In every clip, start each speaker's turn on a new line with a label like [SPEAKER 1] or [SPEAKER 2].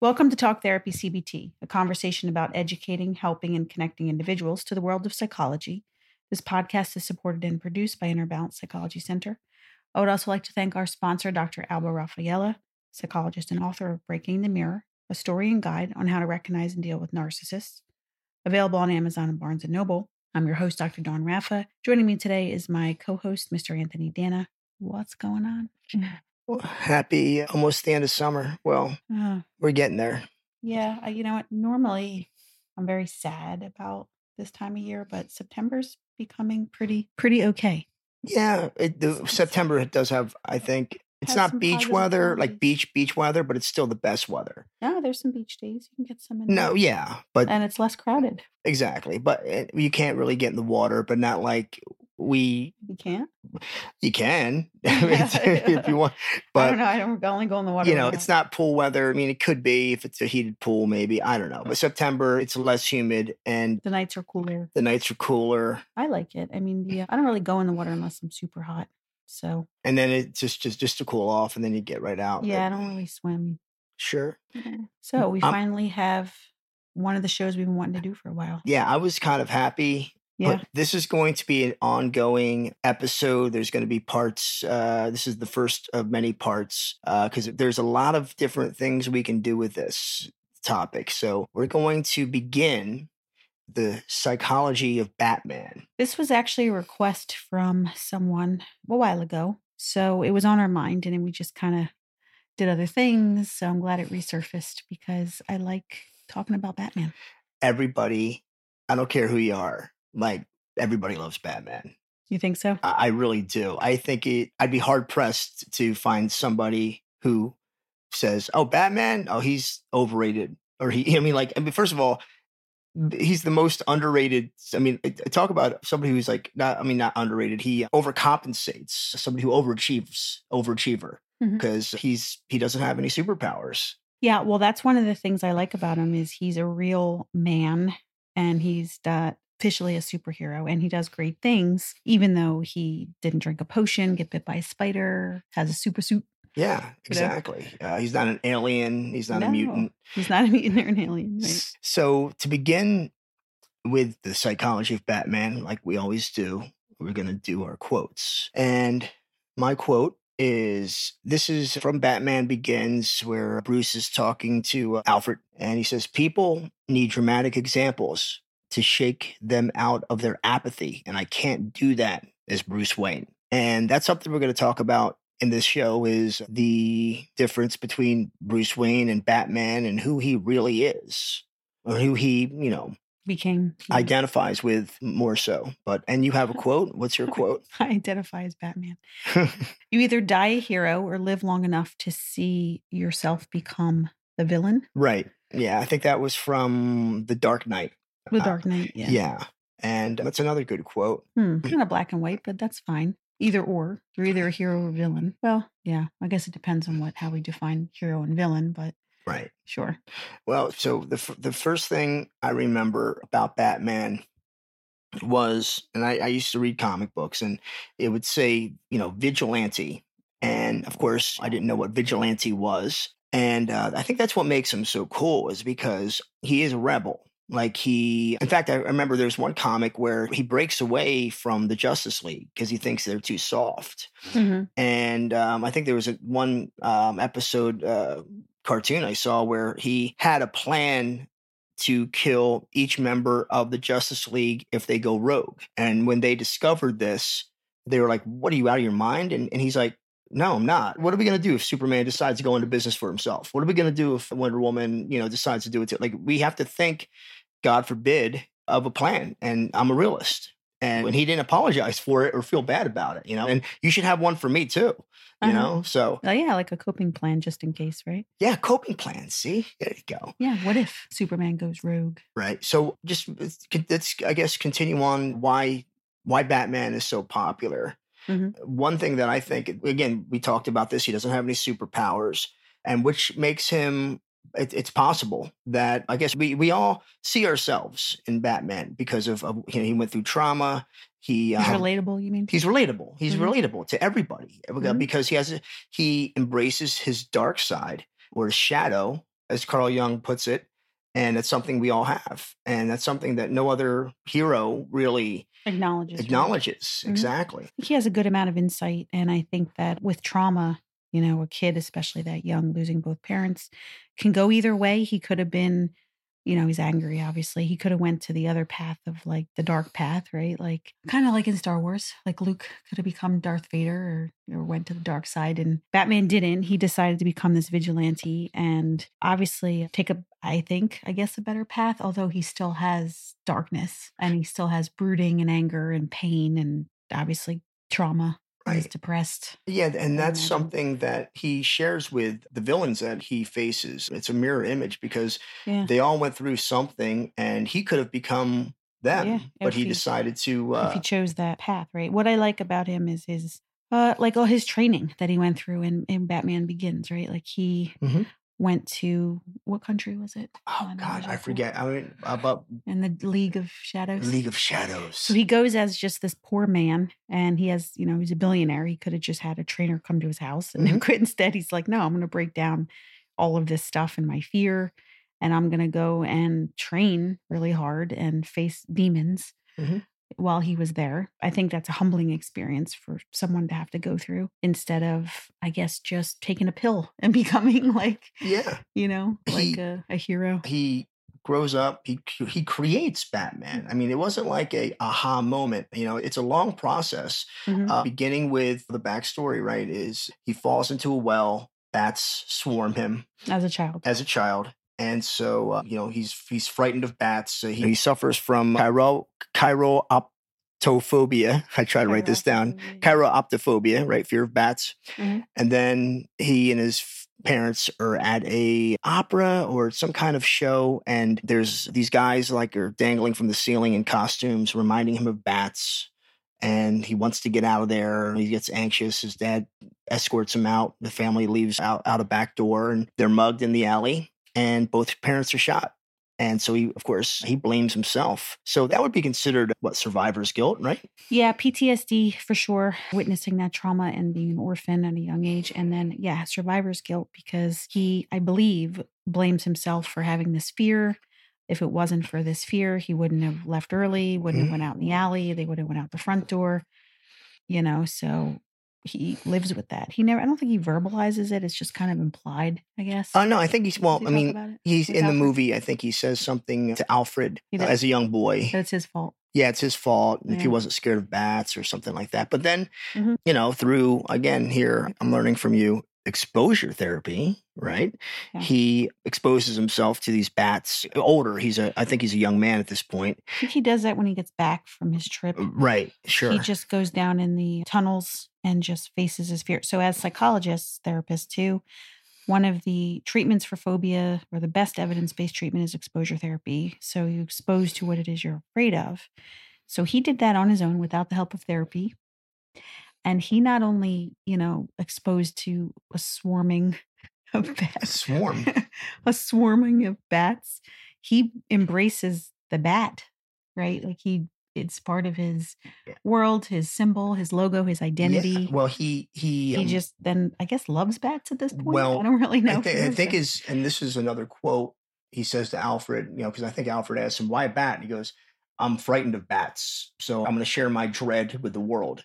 [SPEAKER 1] Welcome to Talk Therapy CBT, a conversation about educating, helping, and connecting individuals to the world of psychology. This podcast is supported and produced by Inner Balance Psychology Center. I would also like to thank our sponsor, Dr. Alba Raffaella, psychologist and author of Breaking the Mirror, a story and guide on how to recognize and deal with narcissists. Available on Amazon and Barnes & Noble. I'm your host, Dr. Dawn Raffa. Joining me today is my co-host, Mr. Anthony Dana. What's going on?
[SPEAKER 2] Well, happy almost the end of summer. Well,
[SPEAKER 1] Oh,
[SPEAKER 2] we're getting there.
[SPEAKER 1] yeah, I- you know what? Normally, I'm very sad about this time of year, but September's becoming pretty, pretty okay.
[SPEAKER 2] Yeah, it, the,
[SPEAKER 1] Sounds-
[SPEAKER 2] September does have. I think it's
[SPEAKER 1] Has some
[SPEAKER 2] not beach
[SPEAKER 1] positive
[SPEAKER 2] weather,
[SPEAKER 1] qualities.
[SPEAKER 2] like beach beach weather, but it's still the best weather.
[SPEAKER 1] No, there's some beach days. You can get some in.
[SPEAKER 2] No,
[SPEAKER 1] there.
[SPEAKER 2] yeah, but
[SPEAKER 1] and it's less crowded.
[SPEAKER 2] exactly. But it, you can't really get in the water, but not like we.
[SPEAKER 1] You can't.
[SPEAKER 2] You can I mean, if you want,
[SPEAKER 1] I
[SPEAKER 2] but
[SPEAKER 1] don't know. I don't I only go in the water.
[SPEAKER 2] you know,
[SPEAKER 1] when I-
[SPEAKER 2] it's not pool weather. I mean, it could be if it's a heated pool, maybe. I don't know. But September, it's less humid and
[SPEAKER 1] The nights are cooler.
[SPEAKER 2] the nights are cooler.
[SPEAKER 1] I like it. I mean, the, uh, I don't really go in the water unless I'm super hot. So
[SPEAKER 2] And then it just just just to cool off, and then you get right out.
[SPEAKER 1] yeah, I don't really swim.
[SPEAKER 2] Sure.
[SPEAKER 1] So we
[SPEAKER 2] Um,
[SPEAKER 1] finally have one of the shows we've been wanting to do for a while.
[SPEAKER 2] Yeah, I was kind of happy.
[SPEAKER 1] Yeah.
[SPEAKER 2] But this is going to be an ongoing episode. There's going to be parts. Uh, this is the first of many parts because there's a lot of different things we can do with this topic. So we're going to begin the psychology of Batman.
[SPEAKER 1] This was actually a request from someone a while ago. So it was on our mind and then we just kind of did other things. So I'm glad it resurfaced because I like talking about Batman.
[SPEAKER 2] Everybody, I don't care who you are, like everybody loves Batman.
[SPEAKER 1] You think so?
[SPEAKER 2] I I really do. I think it, I'd be hard pressed to find somebody who says, "Oh, Batman, oh he's overrated," or he. I mean, like, I mean, first of all, b- he's the most underrated. I mean, I- I talk about somebody who's like not. I mean, not underrated. He overcompensates. Somebody who overachieves, overachiever,
[SPEAKER 1] Mhm.
[SPEAKER 2] because he's he doesn't have any superpowers.
[SPEAKER 1] Yeah, well, that's one of the things I like about him is he's a real man, and he's not officially a superhero, and he does great things, even though he didn't drink a potion, get bit by a spider, has a super suit.
[SPEAKER 2] Yeah, exactly. Uh, he's not an alien. He's not a mutant.
[SPEAKER 1] He's not a mutant or an alien. Right?
[SPEAKER 2] S- So to begin with the psychology of Batman, like we always do, we're going to do our quotes. And my quote is this is from Batman Begins where Bruce is talking to uh, Alfred and he says people need dramatic examples to shake them out of their apathy and I can't do that as Bruce Wayne. And that's something we're going to talk about in this show is the difference between Bruce Wayne and Batman and who he really is or who he, you know,
[SPEAKER 1] Became he
[SPEAKER 2] identifies with more so. But and you have a quote. What's your quote?
[SPEAKER 1] identify as Batman. You either die a hero or live long enough to see yourself become the villain.
[SPEAKER 2] right. Yeah, I think that was from The Dark Knight.
[SPEAKER 1] The
[SPEAKER 2] Uh,
[SPEAKER 1] Dark Knight. Yeah.
[SPEAKER 2] Yeah. And that's another good quote.
[SPEAKER 1] Hmm, kind of black and white, but that's fine. Either or, you're either a hero or villain. Well, yeah, I guess it depends on what how we define hero and villain, but
[SPEAKER 2] Right.
[SPEAKER 1] sure.
[SPEAKER 2] Well, so the f- the first thing I remember about Batman was, and I, I used to read comic books, and it would say, you know, vigilante, and of course I didn't know what vigilante was, and uh, I think that's what makes him so cool is because he is a rebel. Like he, in fact, I remember there's one comic where he breaks away from the Justice League because he thinks they're too soft Mm-hmm. and um, I think there was a, one um, episode uh, cartoon I saw where he had a plan to kill each member of the Justice League if they go rogue. And when they discovered this, they were like, "What are you out of your mind?" And, and he's like. No, I'm not. What are we going to do if Superman decides to go into business for himself? What are we going to do if Wonder Woman, you know, decides to do it? To, like, we have to think, God forbid, of a plan. And I'm a realist and when he didn't apologize for it or feel bad about it, you know, and you should have one for me too, you
[SPEAKER 1] Uh-huh.
[SPEAKER 2] know. So
[SPEAKER 1] Oh yeah, like a coping plan just in case, right?
[SPEAKER 2] yeah, coping plans. See, there you go.
[SPEAKER 1] Yeah. What if Superman goes rogue?
[SPEAKER 2] Right. So just let's- let's, I guess, continue on why why Batman is so popular.
[SPEAKER 1] Mhm.
[SPEAKER 2] One thing that I think, again, we talked about this. He doesn't have any superpowers, and which makes him. It, it's possible that I guess we we all see ourselves in Batman because of, of you know, he went through trauma. He
[SPEAKER 1] He's
[SPEAKER 2] um,
[SPEAKER 1] relatable, you mean?
[SPEAKER 2] he's relatable he's
[SPEAKER 1] Mhm.
[SPEAKER 2] relatable to everybody uh,
[SPEAKER 1] Mhm.
[SPEAKER 2] because he has a, he embraces his dark side or his shadow as Carl Jung puts it. And it's something we all have. And that's something that no other hero really
[SPEAKER 1] Acknowledges.
[SPEAKER 2] acknowledges.
[SPEAKER 1] Mhm.
[SPEAKER 2] Exactly.
[SPEAKER 1] He has a good amount of insight. And I think that with trauma, you know, a kid, especially that young, losing both parents, can go either way. He could have been, you know, he's angry, obviously. He could have went to the other path of like the dark path, right? Like kind of like in Star Wars, like Luke could have become Darth Vader or, or went to the dark side. And Batman didn't. He decided to become this vigilante and obviously take a, I think, I guess, a better path, although he still has darkness and he still has brooding and anger and pain and obviously trauma. He's
[SPEAKER 2] Right.
[SPEAKER 1] depressed.
[SPEAKER 2] Yeah. And that's
[SPEAKER 1] imagine.
[SPEAKER 2] something that he shares with the villains that he faces. It's a mirror image because
[SPEAKER 1] Yeah.
[SPEAKER 2] they all went through something and he could have become them,
[SPEAKER 1] Yeah,
[SPEAKER 2] but
[SPEAKER 1] if
[SPEAKER 2] he
[SPEAKER 1] he-
[SPEAKER 2] decided to.
[SPEAKER 1] if
[SPEAKER 2] Uh,
[SPEAKER 1] he chose that path, right? What I like about him is his, uh, like all his training that he went through in, in Batman Begins, right? Like he
[SPEAKER 2] Mhm.
[SPEAKER 1] went to what country was it?
[SPEAKER 2] oh,
[SPEAKER 1] Why am
[SPEAKER 2] God, I
[SPEAKER 1] awful?
[SPEAKER 2] forget. I mean, about
[SPEAKER 1] In the League of Shadows.
[SPEAKER 2] League of Shadows.
[SPEAKER 1] so he goes as just this poor man, and he has, you know, he's a billionaire. He could have just had a trainer come to his house and
[SPEAKER 2] Mm-hmm.
[SPEAKER 1] then quit instead. He's like, no, I'm going to break down all of this stuff and my fear, and I'm going to go and train really hard and face demons
[SPEAKER 2] Mhm.
[SPEAKER 1] while he was there. I think that's a humbling experience for someone to have to go through instead of, I guess, just taking a pill and becoming like,
[SPEAKER 2] yeah.
[SPEAKER 1] you know, like
[SPEAKER 2] He-
[SPEAKER 1] a, a hero.
[SPEAKER 2] He grows up, he, he creates Batman. I mean, it wasn't like a aha moment. You know, it's a long process.
[SPEAKER 1] Mhm.
[SPEAKER 2] uh, beginning with the backstory, right? Is he falls into a well, bats swarm him
[SPEAKER 1] as a child.
[SPEAKER 2] as a child. And so, uh, you know, he's he's frightened of bats. So he, he suffers from chiro, chiroptophobia. I try to write
[SPEAKER 1] Uh-huh.
[SPEAKER 2] this down. Chiroptophobia, right? Fear of bats.
[SPEAKER 1] Mhm.
[SPEAKER 2] And then he and his f- parents are at a opera or some kind of show, and there's these guys like are dangling from the ceiling in costumes, reminding him of bats. And he wants to get out of there. He gets anxious. His dad escorts him out. The family leaves out, out a back door, and they're mugged in the alley. And both parents are shot. And so he, of course, he blames himself. So that would be considered what survivor's guilt, right?
[SPEAKER 1] Yeah, PTSD for sure, witnessing that trauma and being an orphan at a young age. And then, yeah, survivor's guilt because he, I believe, blames himself for having this fear. If it wasn't for this fear, he wouldn't have left early, wouldn't
[SPEAKER 2] Mm-hmm.
[SPEAKER 1] have went out in the alley, they would have went out the front door, you know, so he lives with that. He never I don't think he verbalizes it. It's just kind of implied, I guess.
[SPEAKER 2] Oh no, I think he's well.
[SPEAKER 1] Does he
[SPEAKER 2] I
[SPEAKER 1] talk
[SPEAKER 2] mean,
[SPEAKER 1] about it?
[SPEAKER 2] He's
[SPEAKER 1] With
[SPEAKER 2] in the
[SPEAKER 1] Alfred?
[SPEAKER 2] movie. I think he says something to Alfred
[SPEAKER 1] He
[SPEAKER 2] uh,
[SPEAKER 1] does.
[SPEAKER 2] as a young boy.
[SPEAKER 1] That's his fault.
[SPEAKER 2] Yeah, it's his fault if he
[SPEAKER 1] Yeah.
[SPEAKER 2] wasn't scared of bats or something like that. But then,
[SPEAKER 1] Mhm.
[SPEAKER 2] you know, through again here, I'm learning from you exposure therapy, right?
[SPEAKER 1] Yeah.
[SPEAKER 2] He exposes himself to these bats. Older, he's a. I think he's a young man at this point. Uh,
[SPEAKER 1] I think he does that when he gets back from his trip.
[SPEAKER 2] Right. Sure.
[SPEAKER 1] He just goes down in the tunnels and just faces his fear. So, as psychologists, therapists too, one of the treatments for phobia or the best evidence based treatment is exposure therapy. So, you expose to what it is you're afraid of. So, he did that on his own without the help of therapy. And he not only, you know, exposed to a swarming of
[SPEAKER 2] a
[SPEAKER 1] bats,
[SPEAKER 2] swarm.
[SPEAKER 1] a swarming of bats, he embraces the bat, right? Like he, it's part of his
[SPEAKER 2] Yeah.
[SPEAKER 1] world, his symbol, his logo, his
[SPEAKER 2] Yeah,
[SPEAKER 1] identity.
[SPEAKER 2] Well, he he.
[SPEAKER 1] he
[SPEAKER 2] um,
[SPEAKER 1] just then, I guess, loves bats at this point.
[SPEAKER 2] Well,
[SPEAKER 1] I don't really know.
[SPEAKER 2] I,
[SPEAKER 1] if he
[SPEAKER 2] thi- I
[SPEAKER 1] loves
[SPEAKER 2] think
[SPEAKER 1] them.
[SPEAKER 2] is, and this is another quote he says to Alfred, you know, because I think Alfred asks him, why a bat? And he goes, I'm frightened of bats. So I'm going to share my dread with the world.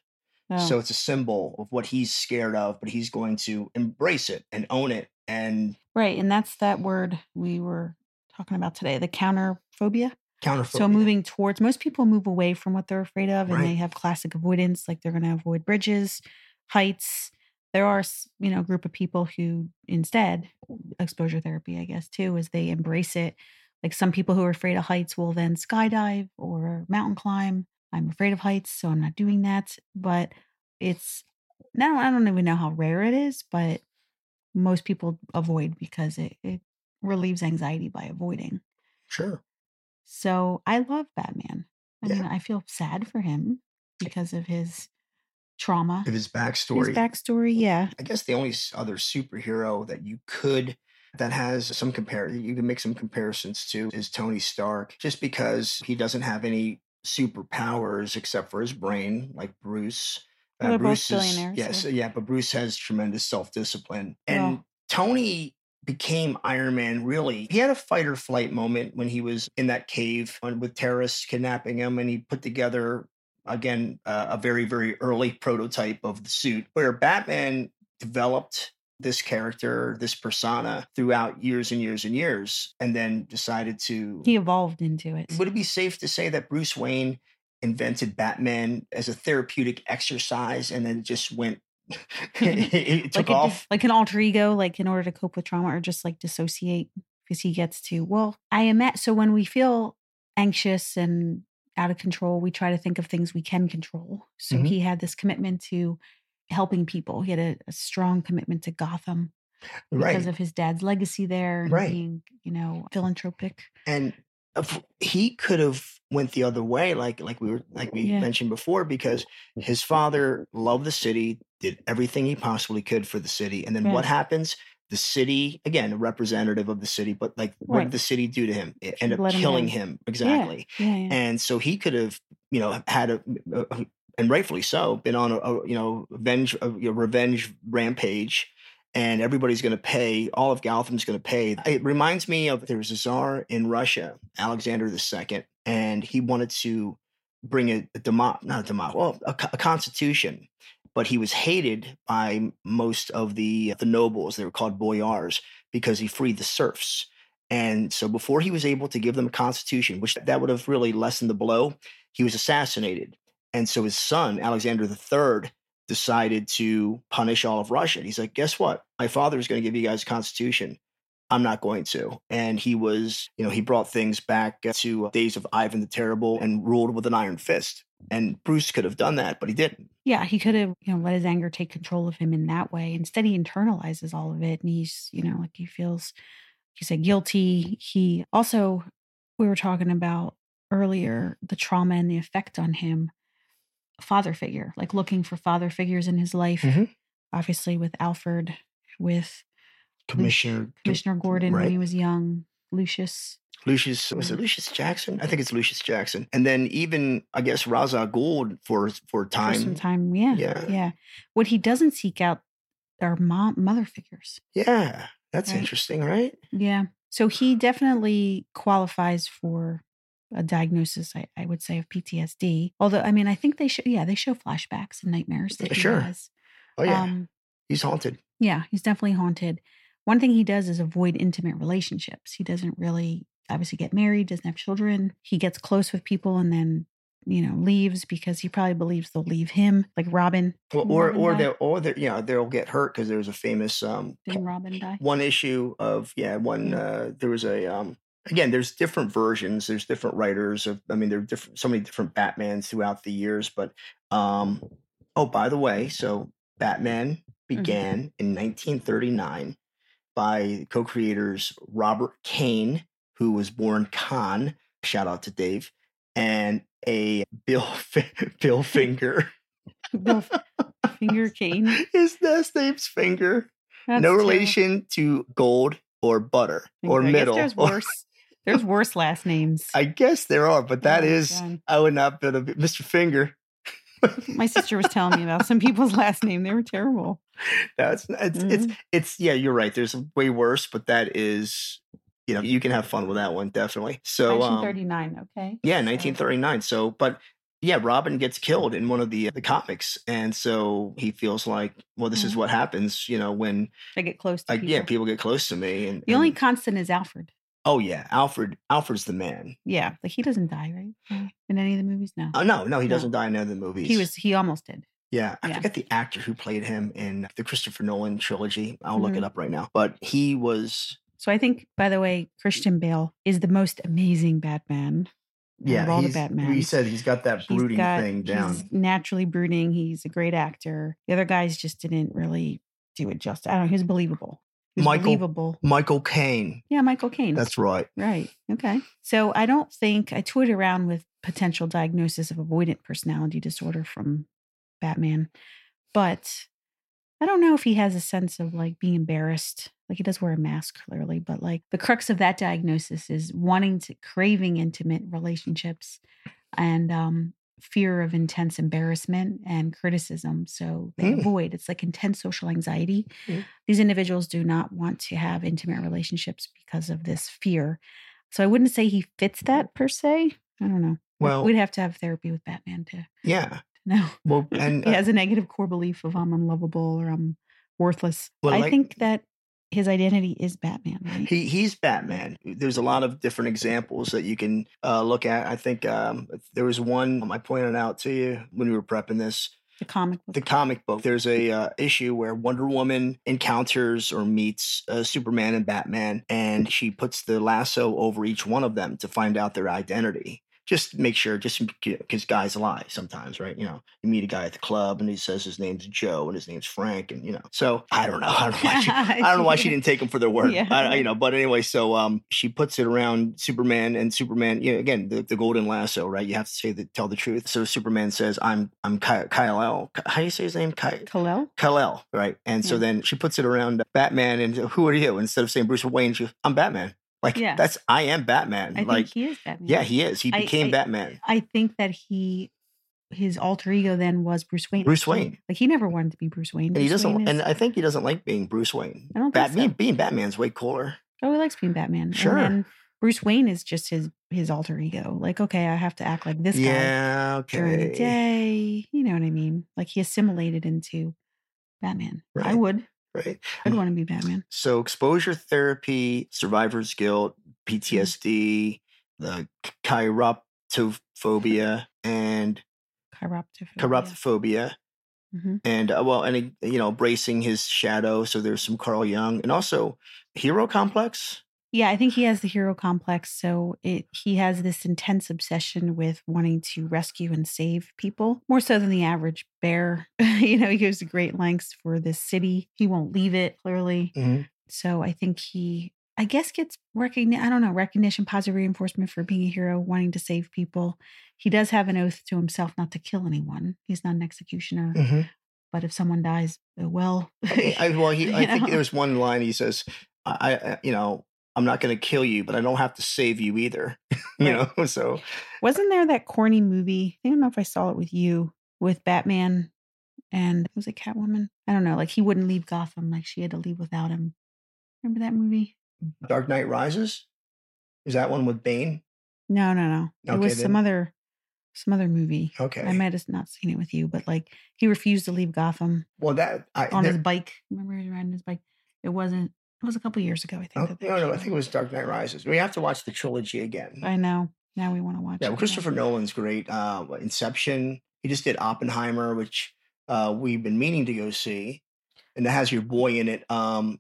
[SPEAKER 1] Oh,
[SPEAKER 2] So it's a symbol of what he's scared of, but he's going to embrace it and own it. And
[SPEAKER 1] right, and that's that word we were talking about today, the counter phobia.
[SPEAKER 2] counter
[SPEAKER 1] So moving towards most people move away from what they're afraid of and
[SPEAKER 2] Right.
[SPEAKER 1] they have classic avoidance, like they're going to avoid bridges, heights. There are, s- you know, a group of people who instead, exposure therapy, I guess, too, is they embrace it. Like some people who are afraid of heights will then skydive or mountain climb. I'm afraid of heights, so I'm not doing that. But it's now I don't even know how rare it is, but most people avoid because it, it relieves anxiety by avoiding.
[SPEAKER 2] Sure.
[SPEAKER 1] So I love Batman. I
[SPEAKER 2] Yeah.
[SPEAKER 1] mean, I feel sad for him because of his trauma,
[SPEAKER 2] Of his
[SPEAKER 1] his
[SPEAKER 2] backstory.
[SPEAKER 1] backstory. Yeah,
[SPEAKER 2] I guess the only s- other superhero that you could that has some compare you can make some comparisons to is Tony Stark just because he doesn't have any superpowers except for his brain like Bruce. Uh,
[SPEAKER 1] Well, they're both
[SPEAKER 2] Bruce is-
[SPEAKER 1] billionaires,
[SPEAKER 2] yes,
[SPEAKER 1] so-
[SPEAKER 2] yeah, but Bruce has tremendous self discipline, and
[SPEAKER 1] Well-
[SPEAKER 2] Tony became Iron Man really. He had a fight or flight moment when he was in that cave with terrorists kidnapping him, and he put together again uh, a very very early prototype of the suit where Batman developed this character, this persona throughout years and years and years, and then decided to.
[SPEAKER 1] He evolved into it.
[SPEAKER 2] Would it be safe to say that Bruce Wayne invented Batman as a therapeutic exercise and then it just went? it, it took
[SPEAKER 1] like, a
[SPEAKER 2] off.
[SPEAKER 1] dis- like an alter ego, like in order to cope with trauma or just like dissociate because he gets to, well, I am at. So when we feel anxious and out of control, we try to think of things we can control. So
[SPEAKER 2] Mhm.
[SPEAKER 1] he had this commitment to helping people, he had a, a strong commitment to Gotham. because
[SPEAKER 2] right.
[SPEAKER 1] of his dad's legacy there and
[SPEAKER 2] Right.
[SPEAKER 1] being, you know, philanthropic.
[SPEAKER 2] and if he could have went the other way like like we were like we
[SPEAKER 1] Yeah.
[SPEAKER 2] mentioned before because his father loved the city did everything he possibly could for the city and then what
[SPEAKER 1] Yeah.
[SPEAKER 2] happens the city again a representative of the city but like what
[SPEAKER 1] Right.
[SPEAKER 2] did the city do to him it ended up
[SPEAKER 1] Let him
[SPEAKER 2] killing
[SPEAKER 1] down.
[SPEAKER 2] him, exactly
[SPEAKER 1] Yeah, yeah.
[SPEAKER 2] and so he could have you know had a, a- and rightfully so been on a, a, you know revenge a, you know, revenge rampage and everybody's going to pay all of gotham's going to pay it reminds me of there was a czar in russia alexander ii and he wanted to bring a, a demo, not a demo, well a, co- a constitution but he was hated by most of the the nobles they were called boyars because he freed the serfs and so before he was able to give them a constitution, which that would have really lessened the blow, he was assassinated. And so his son, Alexander III, decided to punish all of Russia. And he's like, guess what? My father is going to give you guys a constitution. I'm not going to. And he was, you know, he brought things back to days of Ivan the Terrible and ruled with an iron fist. And Bruce could have done that, but he didn't.
[SPEAKER 1] Yeah, he could have, you know, let his anger take control of him in that way. Instead, he internalizes all of it and he's, you know, like he feels, he said, guilty. He also, we were talking about earlier the trauma and the effect on him, father figure, like looking for father figures in his life,
[SPEAKER 2] Mhm.
[SPEAKER 1] obviously with Alfred, with
[SPEAKER 2] Commissioner
[SPEAKER 1] Commissioner Gordon
[SPEAKER 2] right.
[SPEAKER 1] when he was young, Lucius.
[SPEAKER 2] Lucius was it Lucius Jackson? I think it's Lucius Jackson. And then even I guess Raza Gould for for
[SPEAKER 1] for
[SPEAKER 2] a time.
[SPEAKER 1] some time. Yeah,
[SPEAKER 2] Yeah.
[SPEAKER 1] yeah. What he doesn't seek out are mom mother figures.
[SPEAKER 2] Yeah, that's
[SPEAKER 1] Right.
[SPEAKER 2] interesting, right?
[SPEAKER 1] Yeah, so he definitely qualifies for a diagnosis. I, I would say of PTSD. Although, I mean, I think they show. Yeah, they show flashbacks and nightmares that he
[SPEAKER 2] Sure.
[SPEAKER 1] has.
[SPEAKER 2] Oh yeah,
[SPEAKER 1] Um,
[SPEAKER 2] he's haunted.
[SPEAKER 1] yeah, he's definitely haunted. One thing he does is avoid intimate relationships. He doesn't really obviously get married, doesn't have children. He gets close with people and then, you know, leaves because he probably believes they'll leave him, like Robin.
[SPEAKER 2] Well,
[SPEAKER 1] Didn't
[SPEAKER 2] or
[SPEAKER 1] Robin
[SPEAKER 2] or
[SPEAKER 1] die?
[SPEAKER 2] they or they you know they'll get hurt because there's a famous um
[SPEAKER 1] Didn't Robin die?
[SPEAKER 2] one issue of yeah one
[SPEAKER 1] Yeah.
[SPEAKER 2] uh there was a um again there's different versions there's different writers of I mean there are different so many different Batmans throughout the years but um oh by the way so Batman began in 1939 by co-creators Robert Kane, who was born Khan. Shout out to Dave and a Bill Bill Finger.
[SPEAKER 1] Bill Finger cane.
[SPEAKER 2] His last name's Finger.
[SPEAKER 1] That's
[SPEAKER 2] no
[SPEAKER 1] terrible.
[SPEAKER 2] relation to Gold or Butter or
[SPEAKER 1] I guess
[SPEAKER 2] Middle.
[SPEAKER 1] There's
[SPEAKER 2] or-
[SPEAKER 1] worse. there's worse last names.
[SPEAKER 2] I guess there are, but that
[SPEAKER 1] Oh,
[SPEAKER 2] is
[SPEAKER 1] God.
[SPEAKER 2] I would not be able to be Mr. Finger.
[SPEAKER 1] My sister was telling me about some people's last name. They were terrible.
[SPEAKER 2] No, it's it's it's
[SPEAKER 1] Mhm.
[SPEAKER 2] it's yeah, you're right. There's way worse, but that is you know you can have fun with that one definitely. So um,
[SPEAKER 1] 1939. okay.
[SPEAKER 2] Yeah,
[SPEAKER 1] So-
[SPEAKER 2] 1939. So, but yeah, Robin gets killed in one of the the comics, and so he feels like, well, this is
[SPEAKER 1] Yeah.
[SPEAKER 2] what happens, you know, when
[SPEAKER 1] I get close to
[SPEAKER 2] like
[SPEAKER 1] Mm-hmm. people.
[SPEAKER 2] uh, yeah, people get close to me, and
[SPEAKER 1] the only
[SPEAKER 2] and-
[SPEAKER 1] constant is Alfred.
[SPEAKER 2] oh yeah, Alfred, Alfred's the man.
[SPEAKER 1] Yeah, like he doesn't die, right? In any of the movies, no.
[SPEAKER 2] Mm. Oh no, no, he
[SPEAKER 1] No.
[SPEAKER 2] doesn't die in any of the movies.
[SPEAKER 1] He was. He almost did.
[SPEAKER 2] yeah, I
[SPEAKER 1] yeah.
[SPEAKER 2] forget the actor who played him in the Christopher Nolan trilogy. I'll look it
[SPEAKER 1] Mhm.
[SPEAKER 2] up right now, but he was
[SPEAKER 1] So I think, by the way, Christian Bale is the most amazing Batman. Out of
[SPEAKER 2] yeah,
[SPEAKER 1] all the
[SPEAKER 2] he's-
[SPEAKER 1] Batmans,
[SPEAKER 2] He said he's got that
[SPEAKER 1] He's
[SPEAKER 2] brooding
[SPEAKER 1] got-
[SPEAKER 2] thing down.
[SPEAKER 1] He's naturally brooding. He's a great actor. The other guys just didn't really do it justice. I don't know. He was believable. He was
[SPEAKER 2] Michael-
[SPEAKER 1] believable.
[SPEAKER 2] Michael Caine.
[SPEAKER 1] Yeah, Michael Caine.
[SPEAKER 2] That's right.
[SPEAKER 1] right. Okay. So I don't think I toyed around with potential diagnosis of avoidant personality disorder from Batman, but I don't know if he has a sense of like being embarrassed. Like he does wear a mask clearly, but like the crux of that diagnosis is wanting to craving intimate relationships and um fear of intense embarrassment and criticism. So they
[SPEAKER 2] Mm.
[SPEAKER 1] avoid it's like intense social anxiety.
[SPEAKER 2] Mm.
[SPEAKER 1] These individuals do not want to have intimate relationships because of this fear. So I wouldn't say he fits that per se. I don't know. We'd-
[SPEAKER 2] Mm. Well-
[SPEAKER 1] we'd have to have therapy with Batman to, to
[SPEAKER 2] Yeah.
[SPEAKER 1] know.
[SPEAKER 2] Well, and uh,
[SPEAKER 1] he has a negative core belief of I'm unlovable or I'm worthless.
[SPEAKER 2] Well,
[SPEAKER 1] I
[SPEAKER 2] like-
[SPEAKER 1] think that his identity is Batman. Right?
[SPEAKER 2] He he's Batman. There's a lot of different examples that you can uh, look at. I think um, there was one I pointed out to you when we were prepping this.
[SPEAKER 1] the comic book.
[SPEAKER 2] The comic book. There's a uh, issue where Wonder Woman encounters or meets uh, Superman and Batman, and she puts the lasso over each one of them to find out their identity. Just make sure, just because guys lie sometimes, right? You know, you meet a guy at the club and he says his name's Joe and his name's Frank, and you know. So I don't know. I don't know why she I don't know why she didn't take him for their word.
[SPEAKER 1] Yeah.
[SPEAKER 2] I, I- you know, but anyway, so um, she puts it around Superman, and Superman, you know, again, the, the golden lasso, right? You have to say the tell the truth. So Superman says, "I'm I'm Ky- Kyle L. How do you say his name? Ky-
[SPEAKER 1] Kal-El?
[SPEAKER 2] Kal El, right?" And so
[SPEAKER 1] Yeah.
[SPEAKER 2] then she puts it around Batman, and who are you? Instead of saying Bruce Wayne, she goes, "I'm Batman." Like
[SPEAKER 1] Yeah.
[SPEAKER 2] that's I am Batman.
[SPEAKER 1] I
[SPEAKER 2] like
[SPEAKER 1] think he is Batman.
[SPEAKER 2] yeah, he is. He
[SPEAKER 1] I-
[SPEAKER 2] became
[SPEAKER 1] I-
[SPEAKER 2] Batman.
[SPEAKER 1] I think that he, his alter ego then was Bruce Wayne.
[SPEAKER 2] Bruce Wayne.
[SPEAKER 1] Like he never wanted to be Bruce Wayne.
[SPEAKER 2] And he
[SPEAKER 1] Bruce
[SPEAKER 2] doesn't,
[SPEAKER 1] Wayne is-
[SPEAKER 2] and I think he doesn't like being Bruce Wayne.
[SPEAKER 1] I don't think
[SPEAKER 2] Batman
[SPEAKER 1] so.
[SPEAKER 2] being Batman's way cooler.
[SPEAKER 1] oh, he likes being Batman. And
[SPEAKER 2] uh Sure.
[SPEAKER 1] then Bruce Wayne is just his his alter ego. Like okay, I have to act like this guy
[SPEAKER 2] yeah, okay.
[SPEAKER 1] during the day. You know what I mean? Like he assimilated into Batman. I
[SPEAKER 2] Right.
[SPEAKER 1] would.
[SPEAKER 2] Right.
[SPEAKER 1] I'd want to be Batman.
[SPEAKER 2] So exposure therapy, survivor's guilt,
[SPEAKER 1] Mm-hmm.
[SPEAKER 2] PTSD, the chiroptophobia, and
[SPEAKER 1] Oh, Chiroptophobia.
[SPEAKER 2] chiroptophobia,
[SPEAKER 1] Mhm.
[SPEAKER 2] and uh, well, and you know, bracing his shadow. So there's some Carl Jung, and also hero complex.
[SPEAKER 1] Yeah, I think he has the hero complex. So it he has this intense obsession with wanting to rescue and save people, more so than the average bear. you know, he goes to great lengths for this city. He won't leave it, clearly.
[SPEAKER 2] Mhm.
[SPEAKER 1] So I think he I guess gets recognition I don't know, recognition, positive reinforcement for being a hero, wanting to save people. He does have an oath to himself not to kill anyone. He's not an executioner. But if someone dies, oh well.
[SPEAKER 2] I, Mm. I- well, he, I
[SPEAKER 1] You
[SPEAKER 2] think
[SPEAKER 1] know?
[SPEAKER 2] there's one line he says, "I, I you know, I'm not going to kill you, but I don't have to save you either." you
[SPEAKER 1] Right.
[SPEAKER 2] know, so
[SPEAKER 1] Wasn't there that corny movie? I don't know if I saw it with you with Batman and was it Catwoman? I don't know. Like he wouldn't leave Gotham. Like she had to leave without him. Remember that movie?
[SPEAKER 2] Dark Knight Rises is that one with Bane?
[SPEAKER 1] No, no, no. it
[SPEAKER 2] Okay,
[SPEAKER 1] was some
[SPEAKER 2] then.
[SPEAKER 1] other some other movie.
[SPEAKER 2] Okay,
[SPEAKER 1] I might have not seen it with you, but like he refused to leave Gotham
[SPEAKER 2] well that I,
[SPEAKER 1] on
[SPEAKER 2] there-
[SPEAKER 1] his bike. Remember he was riding his bike? It wasn't. It was a couple years ago, I think.
[SPEAKER 2] Oh,
[SPEAKER 1] that they
[SPEAKER 2] no, no, I
[SPEAKER 1] showed
[SPEAKER 2] think it was Dark Knight Rises. We have to watch the trilogy again.
[SPEAKER 1] I know. Now we want to watch.
[SPEAKER 2] yeah,
[SPEAKER 1] it
[SPEAKER 2] well,
[SPEAKER 1] again.
[SPEAKER 2] Christopher Nolan's great. Uh, what, Inception. He just did Oppenheimer, which uh, we've been meaning to go see, and that has your boy in it. Um,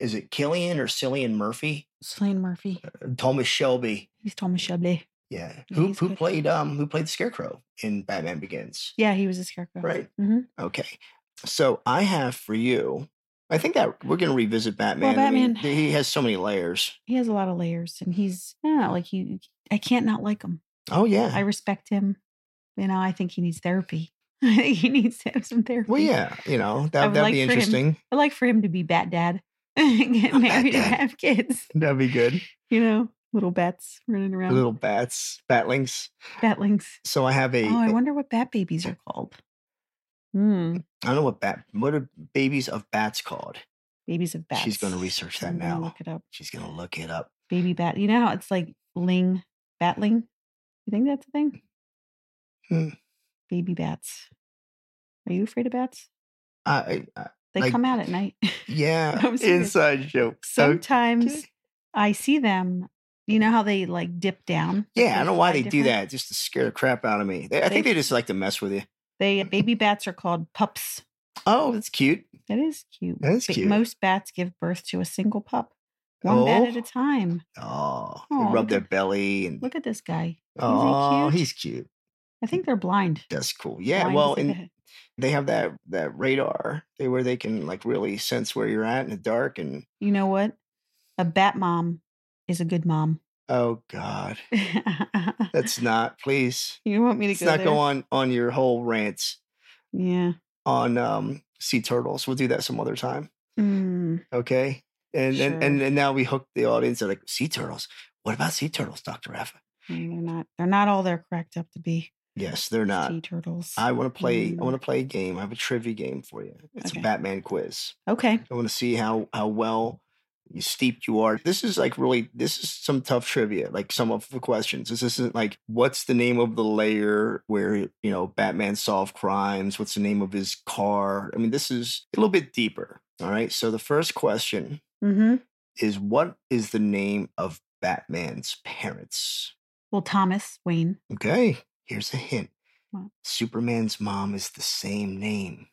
[SPEAKER 2] is it Killian or Cillian Murphy?
[SPEAKER 1] Cillian Murphy.
[SPEAKER 2] Thomas Shelby.
[SPEAKER 1] He's Thomas Shelby.
[SPEAKER 2] Yeah,
[SPEAKER 1] Yeah,
[SPEAKER 2] who
[SPEAKER 1] he's
[SPEAKER 2] who
[SPEAKER 1] good.
[SPEAKER 2] played um who played the Scarecrow in Batman Begins?
[SPEAKER 1] Yeah, he was a scarecrow.
[SPEAKER 2] Right.
[SPEAKER 1] hmm
[SPEAKER 2] Okay, so I have for you. I think that we're going to revisit Batman. I mean,
[SPEAKER 1] Batman-
[SPEAKER 2] he has so many layers.
[SPEAKER 1] he has a lot of layers and he's I don't know, like you I can't not like him.
[SPEAKER 2] Oh yeah.
[SPEAKER 1] I respect him. You know, I think he needs therapy. I think he needs to have some therapy.
[SPEAKER 2] well, yeah. You know that
[SPEAKER 1] would
[SPEAKER 2] that'd
[SPEAKER 1] like
[SPEAKER 2] be
[SPEAKER 1] for him-
[SPEAKER 2] interesting.
[SPEAKER 1] I like for him to be bat dad. Get married and
[SPEAKER 2] dad.
[SPEAKER 1] have kids.
[SPEAKER 2] That'd be good.
[SPEAKER 1] You know, little bats running around.
[SPEAKER 2] Little bats, batlings.
[SPEAKER 1] batlings.
[SPEAKER 2] So I have a.
[SPEAKER 1] Oh, I wonder what bat babies are called. Hmm.
[SPEAKER 2] I don't know what bat. What are babies of bats called?
[SPEAKER 1] Babies of bats.
[SPEAKER 2] She's gonna research that
[SPEAKER 1] I'm gonna
[SPEAKER 2] now.
[SPEAKER 1] Look it up.
[SPEAKER 2] She's gonna look it up.
[SPEAKER 1] Baby bat. You know how it's like ling, batling? You think that's a thing?
[SPEAKER 2] Hmm.
[SPEAKER 1] Baby bats. Are you afraid of bats?
[SPEAKER 2] I, I
[SPEAKER 1] They
[SPEAKER 2] Like-
[SPEAKER 1] come out at night.
[SPEAKER 2] yeah.
[SPEAKER 1] I'm serious.
[SPEAKER 2] Inside joke. So
[SPEAKER 1] Sometimes I see them. You know how they like dip down? Like,
[SPEAKER 2] yeah, I
[SPEAKER 1] they
[SPEAKER 2] don't know why
[SPEAKER 1] fly
[SPEAKER 2] they do
[SPEAKER 1] different?
[SPEAKER 2] that. Just to scare the crap out of me. They, I think
[SPEAKER 1] They-
[SPEAKER 2] they just like to mess with you.
[SPEAKER 1] They baby bats are called pups.
[SPEAKER 2] Oh, that's cute.
[SPEAKER 1] That is cute.
[SPEAKER 2] That is
[SPEAKER 1] But
[SPEAKER 2] cute.
[SPEAKER 1] Most bats give birth to a single pup, one bat at
[SPEAKER 2] Oh.
[SPEAKER 1] a time.
[SPEAKER 2] Oh,
[SPEAKER 1] Aw,
[SPEAKER 2] they
[SPEAKER 1] look
[SPEAKER 2] rub their
[SPEAKER 1] at-
[SPEAKER 2] belly and.
[SPEAKER 1] Look at this guy.
[SPEAKER 2] Oh,
[SPEAKER 1] cute?
[SPEAKER 2] he's cute.
[SPEAKER 1] I think they're blind.
[SPEAKER 2] That's cool. Yeah.
[SPEAKER 1] Blind
[SPEAKER 2] well,
[SPEAKER 1] is like
[SPEAKER 2] and they have that that radar they, where they can like really sense where you're at in the dark. And
[SPEAKER 1] a- you know what? A bat mom is a good mom.
[SPEAKER 2] oh god,
[SPEAKER 1] That's
[SPEAKER 2] that's not. Please,
[SPEAKER 1] you want me to
[SPEAKER 2] Let's
[SPEAKER 1] go
[SPEAKER 2] not
[SPEAKER 1] there?
[SPEAKER 2] go on on your whole rant
[SPEAKER 1] Yeah.
[SPEAKER 2] on um sea turtles. We'll do that some other time,
[SPEAKER 1] Mm.
[SPEAKER 2] okay? And and, and
[SPEAKER 1] Sure.
[SPEAKER 2] and now we hook the audience at like sea turtles. What about sea turtles, Doctor Rafa?
[SPEAKER 1] Mm, They're not. They're not all they're cracked up to be.
[SPEAKER 2] Yes, they're not.
[SPEAKER 1] sea turtles.
[SPEAKER 2] I want to play.
[SPEAKER 1] Mm.
[SPEAKER 2] I want to play a game. I have a trivia game for you. It's
[SPEAKER 1] Okay.
[SPEAKER 2] a Batman quiz.
[SPEAKER 1] okay.
[SPEAKER 2] I want to see how how well you steeped you are. This is like really. This is some tough trivia. Like some of the questions. This isn't like what's the name of the layer where you know Batman solved crimes. What's the name of his car? I mean, this is a little bit deeper. All right. So the first question
[SPEAKER 1] Mm-hmm.
[SPEAKER 2] is what is the name of Batman's parents?
[SPEAKER 1] Well, Thomas Wayne.
[SPEAKER 2] Okay, here's a hint.
[SPEAKER 1] What?
[SPEAKER 2] Superman's mom is the same name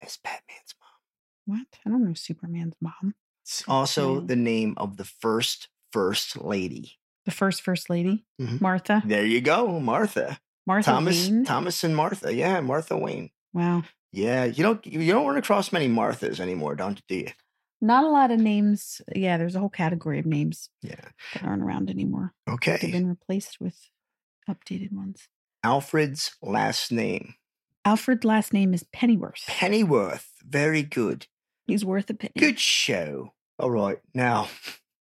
[SPEAKER 2] as Batman's mom.
[SPEAKER 1] What? I don't know Superman's mom.
[SPEAKER 2] It's also
[SPEAKER 1] Okay.
[SPEAKER 2] the name of the first first lady.
[SPEAKER 1] The first first lady,
[SPEAKER 2] Mhm.
[SPEAKER 1] Martha.
[SPEAKER 2] There you go, Martha.
[SPEAKER 1] Martha
[SPEAKER 2] Thomas
[SPEAKER 1] Wayne.
[SPEAKER 2] Thomas and Martha. Yeah, Martha Wayne.
[SPEAKER 1] Wow.
[SPEAKER 2] Yeah, you don't you don't run across many Marthas anymore, don't you? Do you?
[SPEAKER 1] Not a lot of names. Yeah, there's a whole category of names
[SPEAKER 2] Yeah.
[SPEAKER 1] that aren't around anymore. They've
[SPEAKER 2] Okay.
[SPEAKER 1] been replaced with updated ones.
[SPEAKER 2] Alfred's last name.
[SPEAKER 1] Alfred's last name is Pennyworth.
[SPEAKER 2] Pennyworth. Very good.
[SPEAKER 1] He's worth a penny.
[SPEAKER 2] Good show. All right. Now,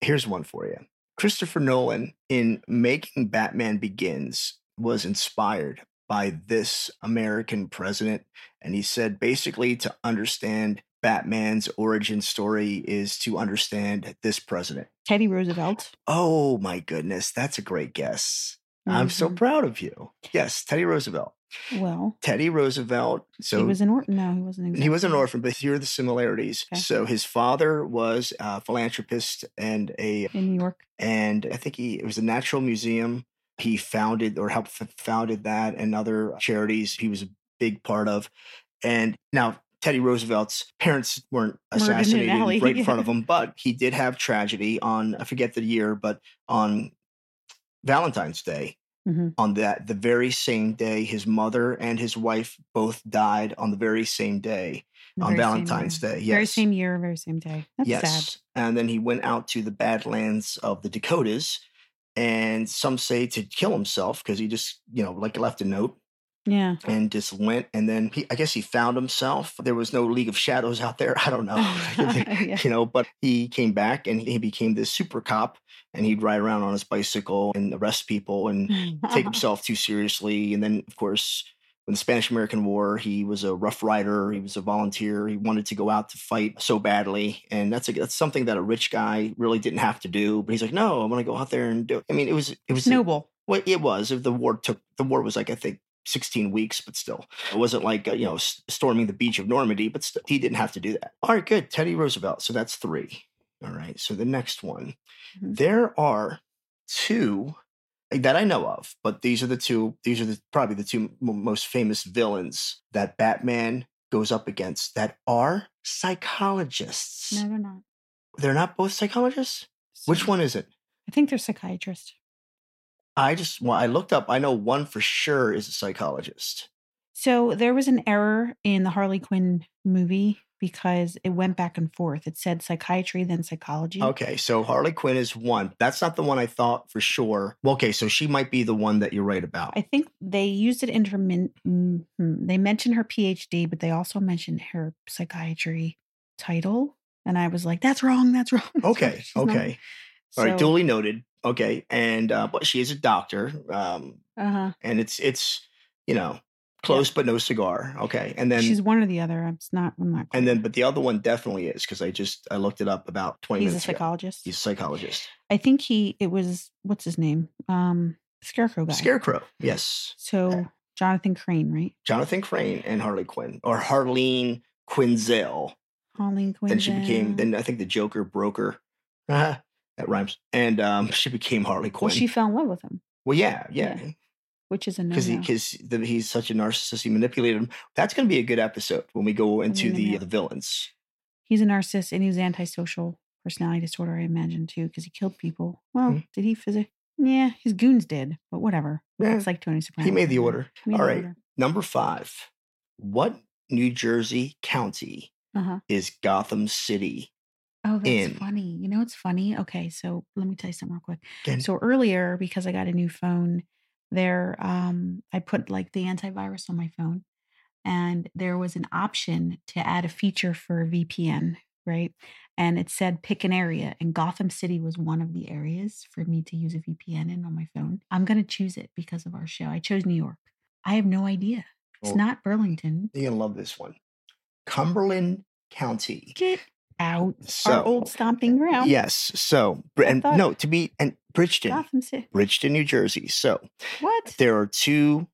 [SPEAKER 2] here's one for you. Christopher Nolan, in making Batman Begins, was inspired by this American president. And he said basically to understand Batman's origin story is to understand this president.
[SPEAKER 1] Teddy Roosevelt.
[SPEAKER 2] Oh my goodness. That's a great guess. I'm so
[SPEAKER 1] Mhm.
[SPEAKER 2] proud of you. Yes, Teddy Roosevelt.
[SPEAKER 1] well.
[SPEAKER 2] Teddy Roosevelt. So
[SPEAKER 1] he was an orphan. No, he wasn't.
[SPEAKER 2] he was an
[SPEAKER 1] exactly.
[SPEAKER 2] orphan, but here are the similarities.
[SPEAKER 1] Okay.
[SPEAKER 2] So his father was a philanthropist and a
[SPEAKER 1] in New York.
[SPEAKER 2] and I think he it was a natural museum. He founded or helped f- founded that and other charities he was a big part of. And now Teddy Roosevelt's parents weren't
[SPEAKER 1] in an
[SPEAKER 2] assassinated
[SPEAKER 1] alley,
[SPEAKER 2] right in front
[SPEAKER 1] yeah.
[SPEAKER 2] of him, but he did have tragedy on I forget the year, but on Valentine's Day
[SPEAKER 1] Mhm.
[SPEAKER 2] on that the very same day his mother and his wife both died on the very same day
[SPEAKER 1] The
[SPEAKER 2] on
[SPEAKER 1] very same
[SPEAKER 2] Valentine's
[SPEAKER 1] year.
[SPEAKER 2] Day.
[SPEAKER 1] Very
[SPEAKER 2] yes.
[SPEAKER 1] same year, very same day. That's
[SPEAKER 2] yes.
[SPEAKER 1] sad.
[SPEAKER 2] And then he went out to the badlands of the Dakotas, and some say to kill himself because he just, you know, like left a note
[SPEAKER 1] Yeah.
[SPEAKER 2] and just went. And then he, I guess he found himself. There was no League of Shadows out there. Oh, I don't know.
[SPEAKER 1] Oh, Yeah.
[SPEAKER 2] You know, but he came back and he became this super cop, and he'd ride around on his bicycle and arrest people and take himself too seriously. And then, of course, when the Spanish American War, he was a Rough Rider. He was a volunteer. He wanted to go out to fight so badly, and that's a, that's something that a rich guy really didn't have to do. But he's like, no, I'm going to go out there and do. It. I mean, it was it was
[SPEAKER 1] Noble.
[SPEAKER 2] well, it was. If the war took the war was like I think 16 weeks, but still, it wasn't like uh, you know s- storming the beach of Normandy. But still, he didn't have to do that. All right, good. Teddy Roosevelt. So that's three. All right. So the next one,
[SPEAKER 1] Mhm.
[SPEAKER 2] there are two eh, that I know of, but these are the two. These are the, probably the two m- most famous villains that Batman goes up against that are psychologists.
[SPEAKER 1] No, they're not.
[SPEAKER 2] They're not both psychologists. Which one is it?
[SPEAKER 1] I think they're psychiatrists.
[SPEAKER 2] I just well, I looked up. I know one for sure is a psychologist.
[SPEAKER 1] So there was an error in the Harley Quinn movie because it went back and forth. It said psychiatry, then psychology.
[SPEAKER 2] Okay, so Harley Quinn is one. That's not the one I thought for sure. Well, okay, so she might be the one that you're right about.
[SPEAKER 1] I think they used it intermin. mhm. They mentioned her PhD, but they also mentioned her psychiatry title. And I was like, that's wrong. That's wrong. that's wrong,
[SPEAKER 2] okay,
[SPEAKER 1] she's not."
[SPEAKER 2] okay, all right,
[SPEAKER 1] So-
[SPEAKER 2] duly noted. Okay, and uh, but she is a doctor, um,
[SPEAKER 1] Uh-huh.
[SPEAKER 2] and it's it's you know close but no cigar. Okay, and then
[SPEAKER 1] She's one or the other. I'm s- not. I'm not.
[SPEAKER 2] and
[SPEAKER 1] clear.
[SPEAKER 2] then but the other one definitely is because I just I looked it up about twenty
[SPEAKER 1] he's a
[SPEAKER 2] minutes ago.
[SPEAKER 1] psychologist.
[SPEAKER 2] He's a psychologist.
[SPEAKER 1] I think he. It was what's his name? Um, Scarecrow guy.
[SPEAKER 2] Scarecrow. Yes.
[SPEAKER 1] So Jonathan Crane, right?
[SPEAKER 2] Jonathan Crane and Harley Quinn, or Harleen Quinzel.
[SPEAKER 1] Harley Quinn.
[SPEAKER 2] Then she became, then I think the Joker broker. Ah, that rhymes. And um, she became Harley
[SPEAKER 1] Uh-huh.
[SPEAKER 2] Quinn.
[SPEAKER 1] Well, she fell in love with him,
[SPEAKER 2] Well, yeah, yeah.
[SPEAKER 1] which is a no.
[SPEAKER 2] Because because he's such a narcissist, he manipulated him. That's going to be a good episode when we go into
[SPEAKER 1] gonna
[SPEAKER 2] the,
[SPEAKER 1] be-
[SPEAKER 2] the villains.
[SPEAKER 1] he's a narcissist and he's antisocial personality disorder, I imagine too, because he killed people. Well,
[SPEAKER 2] Mhm.
[SPEAKER 1] did he physically? Yeah, his goons did, but whatever.
[SPEAKER 2] Yeah,
[SPEAKER 1] It's like Tony Soprano.
[SPEAKER 2] he made the
[SPEAKER 1] kinda.
[SPEAKER 2] order.
[SPEAKER 1] He made
[SPEAKER 2] All
[SPEAKER 1] the
[SPEAKER 2] right.
[SPEAKER 1] order.
[SPEAKER 2] Number five. What New Jersey county
[SPEAKER 1] Uh-huh.
[SPEAKER 2] is Gotham City?
[SPEAKER 1] Oh, that's
[SPEAKER 2] In.
[SPEAKER 1] funny. You know, it's funny. Okay, so let me tell you something real quick.
[SPEAKER 2] Again,
[SPEAKER 1] So earlier, because I got a new phone, there um, I put like the antivirus on my phone, and there was an option to add a feature for VPN right? And it said pick an area, and Gotham City was one of the areas for me to use a VPN in on my phone. I'm going to choose it because of our show. I chose New York. I have no idea. It's
[SPEAKER 2] Well-
[SPEAKER 1] not Burlington.
[SPEAKER 2] You're going to love this one Cumberland County.
[SPEAKER 1] Get out.
[SPEAKER 2] So, uh,
[SPEAKER 1] our old stomping ground.
[SPEAKER 2] yes. So, Br-
[SPEAKER 1] I
[SPEAKER 2] and
[SPEAKER 1] thought-
[SPEAKER 2] no, to be, and Bridgeton,
[SPEAKER 1] Gotham City.
[SPEAKER 2] Bridgeton, New Jersey. So
[SPEAKER 1] What?
[SPEAKER 2] there are two.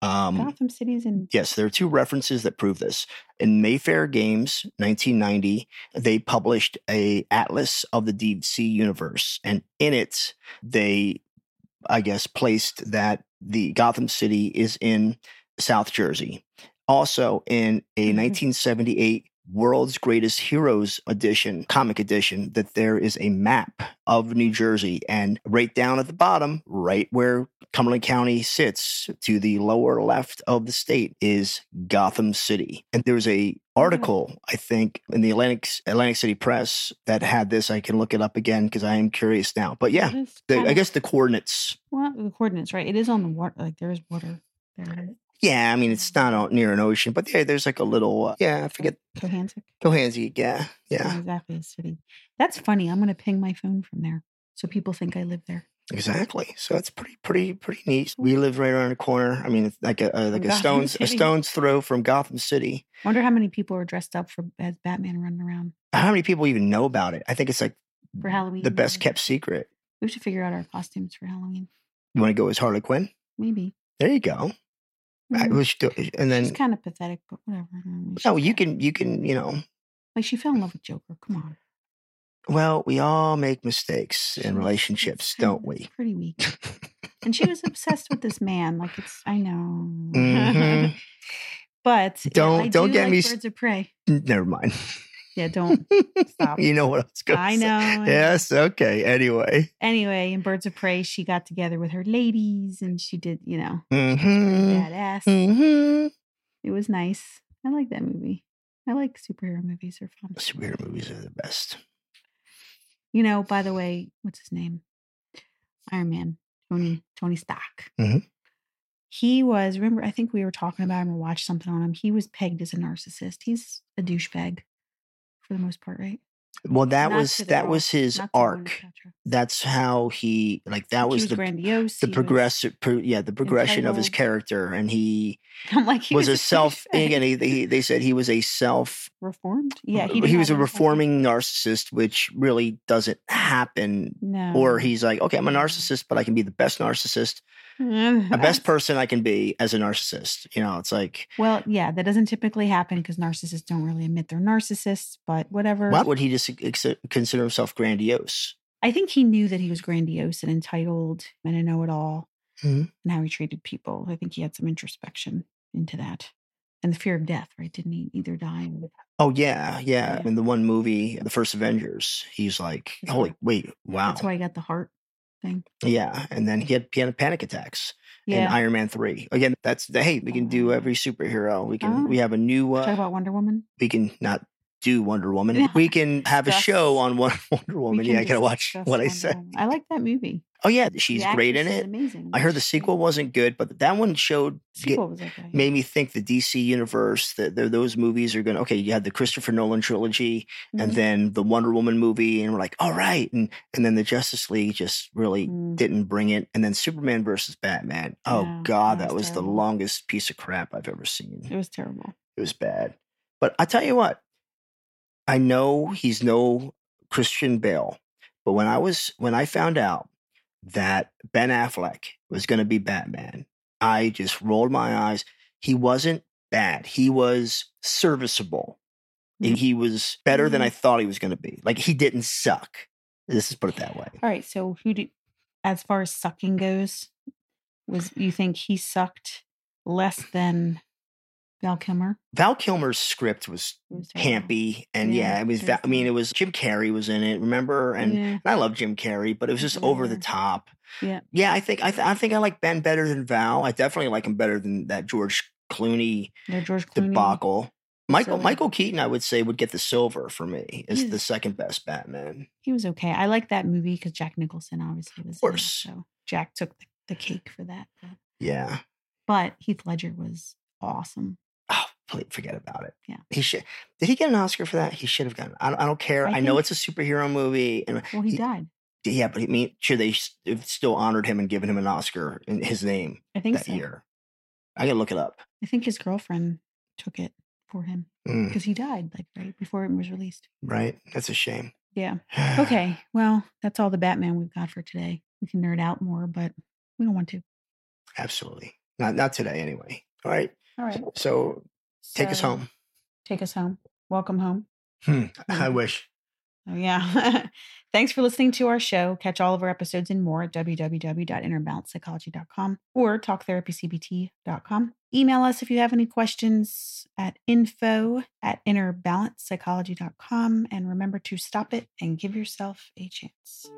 [SPEAKER 2] Um,
[SPEAKER 1] Gotham City's in.
[SPEAKER 2] Yes, there are two references that prove this. In Mayfair Games, 1990, they published a atlas of the DC universe, and in it, they, I guess, placed that the Gotham City is in South Jersey. Also, in a
[SPEAKER 1] Mhm.
[SPEAKER 2] 1978 World's Greatest Heroes edition, comic edition, that there is a map of New Jersey, and right down at the bottom, right where Cumberland County sits to the lower left of the state is Gotham City. And there was a
[SPEAKER 1] Mm-hmm.
[SPEAKER 2] article, I think, in the Atlantic Atlantic City Press that had this. I can look it up again because I am curious now. But yeah,
[SPEAKER 1] It is
[SPEAKER 2] the,
[SPEAKER 1] kinda-
[SPEAKER 2] I guess the coordinates.
[SPEAKER 1] Well, the coordinates, right? It is on the water. Like there is water there.
[SPEAKER 2] Yeah, I mean it's not out near an ocean, but yeah, there's like a little. Uh, yeah, I forget
[SPEAKER 1] Cohasset.
[SPEAKER 2] Johansy. Yeah, yeah,
[SPEAKER 1] Exactly. A city. That's funny. I'm going to ping my phone from there so people think I live there.
[SPEAKER 2] exactly. So it's pretty, pretty, pretty neat. We live right around the corner. I mean, it's like a, uh like a
[SPEAKER 1] Gotham
[SPEAKER 2] stones a
[SPEAKER 1] City.
[SPEAKER 2] stones throw from Gotham City.
[SPEAKER 1] Wonder how many people are dressed up for as Batman running around
[SPEAKER 2] How many people even know about it? I think it's like
[SPEAKER 1] for Halloween.
[SPEAKER 2] Mm, the best
[SPEAKER 1] maybe.
[SPEAKER 2] kept secret.
[SPEAKER 1] We should figure out our costumes for Halloween.
[SPEAKER 2] You want to go as Harley Quinn?
[SPEAKER 1] Maybe.
[SPEAKER 2] There you go. I
[SPEAKER 1] Mm,
[SPEAKER 2] was still, and then
[SPEAKER 1] She's kind of pathetic, but whatever. I mean,
[SPEAKER 2] no,
[SPEAKER 1] she's
[SPEAKER 2] you
[SPEAKER 1] pathetic.
[SPEAKER 2] can you can you know.
[SPEAKER 1] Like she fell in love with Joker. Come on.
[SPEAKER 2] Well, we all make mistakes
[SPEAKER 1] She
[SPEAKER 2] in
[SPEAKER 1] was-
[SPEAKER 2] relationships,
[SPEAKER 1] it's kind of-
[SPEAKER 2] don't
[SPEAKER 1] it's
[SPEAKER 2] we?
[SPEAKER 1] Pretty weak. And she was obsessed with this man. Like it's, I know.
[SPEAKER 2] Mhm.
[SPEAKER 1] but yeah,
[SPEAKER 2] Don't-
[SPEAKER 1] I
[SPEAKER 2] don't
[SPEAKER 1] do
[SPEAKER 2] get
[SPEAKER 1] like
[SPEAKER 2] me s-
[SPEAKER 1] Birds of prey.
[SPEAKER 2] Never mind.
[SPEAKER 1] Yeah, don't stop.
[SPEAKER 2] you know what I was going to
[SPEAKER 1] I
[SPEAKER 2] say.
[SPEAKER 1] know. I know.
[SPEAKER 2] Yes. Okay. Anyway.
[SPEAKER 1] Anyway, in Birds of Prey, she got together with her ladies and she did, you know,
[SPEAKER 2] Mm-hmm.
[SPEAKER 1] badass.
[SPEAKER 2] Mm-hmm.
[SPEAKER 1] It was nice. I like that movie. I like superhero movies. They're fun.
[SPEAKER 2] Superhero movies are the best.
[SPEAKER 1] You know, by the way, what's his name? Iron Man, Tony, Tony Stark.
[SPEAKER 2] Mhm.
[SPEAKER 1] He was, remember, I think we were talking about him or watched something on him. He was pegged as a narcissist. He's a douchebag for the most part, right?
[SPEAKER 2] Well, that
[SPEAKER 1] Not
[SPEAKER 2] was
[SPEAKER 1] to the
[SPEAKER 2] that
[SPEAKER 1] world,
[SPEAKER 2] was his
[SPEAKER 1] Not to Gwyneth
[SPEAKER 2] arc.
[SPEAKER 1] Paltrow.
[SPEAKER 2] That's how he like that
[SPEAKER 1] He
[SPEAKER 2] was, the
[SPEAKER 1] grandiose.
[SPEAKER 2] the
[SPEAKER 1] he was-
[SPEAKER 2] progressive pro, yeah the progression of his
[SPEAKER 1] entitled.
[SPEAKER 2] character, and he
[SPEAKER 1] I'm like, he
[SPEAKER 2] was,
[SPEAKER 1] was
[SPEAKER 2] a self.
[SPEAKER 1] douchebag.
[SPEAKER 2] Again, he, he, they said he was a self uh,
[SPEAKER 1] reformed. Yeah,
[SPEAKER 2] he,
[SPEAKER 1] didn't
[SPEAKER 2] was a
[SPEAKER 1] have any fucking-
[SPEAKER 2] reforming narcissist, which really doesn't happen.
[SPEAKER 1] No.
[SPEAKER 2] Or he's like, okay, I'm a
[SPEAKER 1] Yeah.
[SPEAKER 2] narcissist, but I can be the best narcissist, the best person I can be as a narcissist. You know, it's like,
[SPEAKER 1] Well, yeah, that doesn't typically happen because narcissists don't really admit they're narcissists, but whatever.
[SPEAKER 2] why would he just ex- consider himself grandiose?
[SPEAKER 1] I think he knew that he was grandiose and entitled and a know it all
[SPEAKER 2] Mhm.
[SPEAKER 1] and how he treated people. I think he had some introspection into that and the fear of death, right? Didn't he either die? Or...
[SPEAKER 2] Oh yeah, yeah.
[SPEAKER 1] Yeah.
[SPEAKER 2] In the one movie, The First Avengers, he's like,
[SPEAKER 1] That's
[SPEAKER 2] holy
[SPEAKER 1] why-
[SPEAKER 2] wait, wow,
[SPEAKER 1] That's why he got the heart thing.
[SPEAKER 2] yeah. And then he had pan- panic attacks in
[SPEAKER 1] Yeah.
[SPEAKER 2] Iron Man three. Again, that's the hey, we can do
[SPEAKER 1] Oh.
[SPEAKER 2] every superhero. We can
[SPEAKER 1] Oh.
[SPEAKER 2] we have a new uh,
[SPEAKER 1] Talk about Wonder Woman.
[SPEAKER 2] we can not do Wonder Woman.
[SPEAKER 1] Yeah.
[SPEAKER 2] We can have a show
[SPEAKER 1] Discuss-
[SPEAKER 2] on Won- Wonder
[SPEAKER 1] We
[SPEAKER 2] Woman.
[SPEAKER 1] can
[SPEAKER 2] Yeah, I gotta watch
[SPEAKER 1] discuss
[SPEAKER 2] what I
[SPEAKER 1] Wonder
[SPEAKER 2] said.
[SPEAKER 1] Woman. I like that movie.
[SPEAKER 2] Oh yeah, she's
[SPEAKER 1] The
[SPEAKER 2] great in
[SPEAKER 1] actress is
[SPEAKER 2] it.
[SPEAKER 1] Amazing.
[SPEAKER 2] I heard the sequel wasn't good, but that one showed
[SPEAKER 1] Sequel was okay.
[SPEAKER 2] made me think the DC universe that th- those movies are going. to Okay, you had the Christopher Nolan trilogy, and
[SPEAKER 1] Mhm.
[SPEAKER 2] then the Wonder Woman movie, and we're like, all right, and and then the Justice League just really
[SPEAKER 1] Mm.
[SPEAKER 2] didn't bring it, and then Superman versus Batman. Oh
[SPEAKER 1] Yeah,
[SPEAKER 2] God,
[SPEAKER 1] that
[SPEAKER 2] that
[SPEAKER 1] was
[SPEAKER 2] was the
[SPEAKER 1] terrible.
[SPEAKER 2] longest piece of crap I've ever seen.
[SPEAKER 1] It was terrible.
[SPEAKER 2] It was bad. But I tell you what, I know he's no Christian Bale, but when I was when I found out that Ben Affleck was going to be Batman, I just rolled my eyes. He wasn't bad. He was serviceable.
[SPEAKER 1] Mhm.
[SPEAKER 2] He was better than I thought he was going to be. Like he didn't suck. Let's just put it that way.
[SPEAKER 1] All right. So who do, as far as sucking goes, was you think he sucked less than Val Kilmer?
[SPEAKER 2] Val Kilmer's script was
[SPEAKER 1] It was terrible.
[SPEAKER 2] campy, and
[SPEAKER 1] Yeah,
[SPEAKER 2] yeah, it was. Val- I mean, it was Jim Carrey was in it. Remember? And
[SPEAKER 1] yeah,
[SPEAKER 2] I love Jim Carrey, but it was just over the
[SPEAKER 1] Yeah.
[SPEAKER 2] top.
[SPEAKER 1] Yeah.
[SPEAKER 2] Yeah, I think I, th- I think I like Ben better than Val. I definitely like him better than that George Clooney
[SPEAKER 1] the George Clooney.
[SPEAKER 2] debacle. Michael
[SPEAKER 1] So-
[SPEAKER 2] Michael Keaton, I would say, would get the silver for me as the
[SPEAKER 1] He's-
[SPEAKER 2] second best Batman.
[SPEAKER 1] He was okay. I like that movie because Jack Nicholson obviously was. Of
[SPEAKER 2] course.
[SPEAKER 1] so Jack took the, the cake for that. But,
[SPEAKER 2] Yeah.
[SPEAKER 1] but Heath Ledger was awesome.
[SPEAKER 2] Oh, pl- forget about it.
[SPEAKER 1] Yeah.
[SPEAKER 2] He should. Did he get an Oscar for that? He should have gotten. I don't, I don't care.
[SPEAKER 1] I
[SPEAKER 2] I, know
[SPEAKER 1] think-
[SPEAKER 2] it's a superhero movie, and
[SPEAKER 1] Well, he
[SPEAKER 2] he-
[SPEAKER 1] died.
[SPEAKER 2] yeah, but I mean, sure, they s- they've still honored him and given him an Oscar in his name
[SPEAKER 1] I think
[SPEAKER 2] that
[SPEAKER 1] so.
[SPEAKER 2] year. I gotta look it up.
[SPEAKER 1] I think his girlfriend took it for him
[SPEAKER 2] Mm,
[SPEAKER 1] because he died like right before it was released.
[SPEAKER 2] right? That's a shame.
[SPEAKER 1] Yeah. Okay. Well, that's all the Batman we've got for today. We can nerd out more, but we don't want to.
[SPEAKER 2] Absolutely. Not not today, anyway. All right.
[SPEAKER 1] All right.
[SPEAKER 2] So take us
[SPEAKER 1] So,
[SPEAKER 2] home.
[SPEAKER 1] Take us home. Welcome home.
[SPEAKER 2] Hmm,
[SPEAKER 1] yeah.
[SPEAKER 2] I wish.
[SPEAKER 1] Oh, yeah. Thanks for listening to our show. Catch all of our episodes and more at www.innerbalancepsychology.com or talktherapycbt.com. Email us if you have any questions at info at innerbalancepsychology.com. And remember to stop it and give yourself a chance.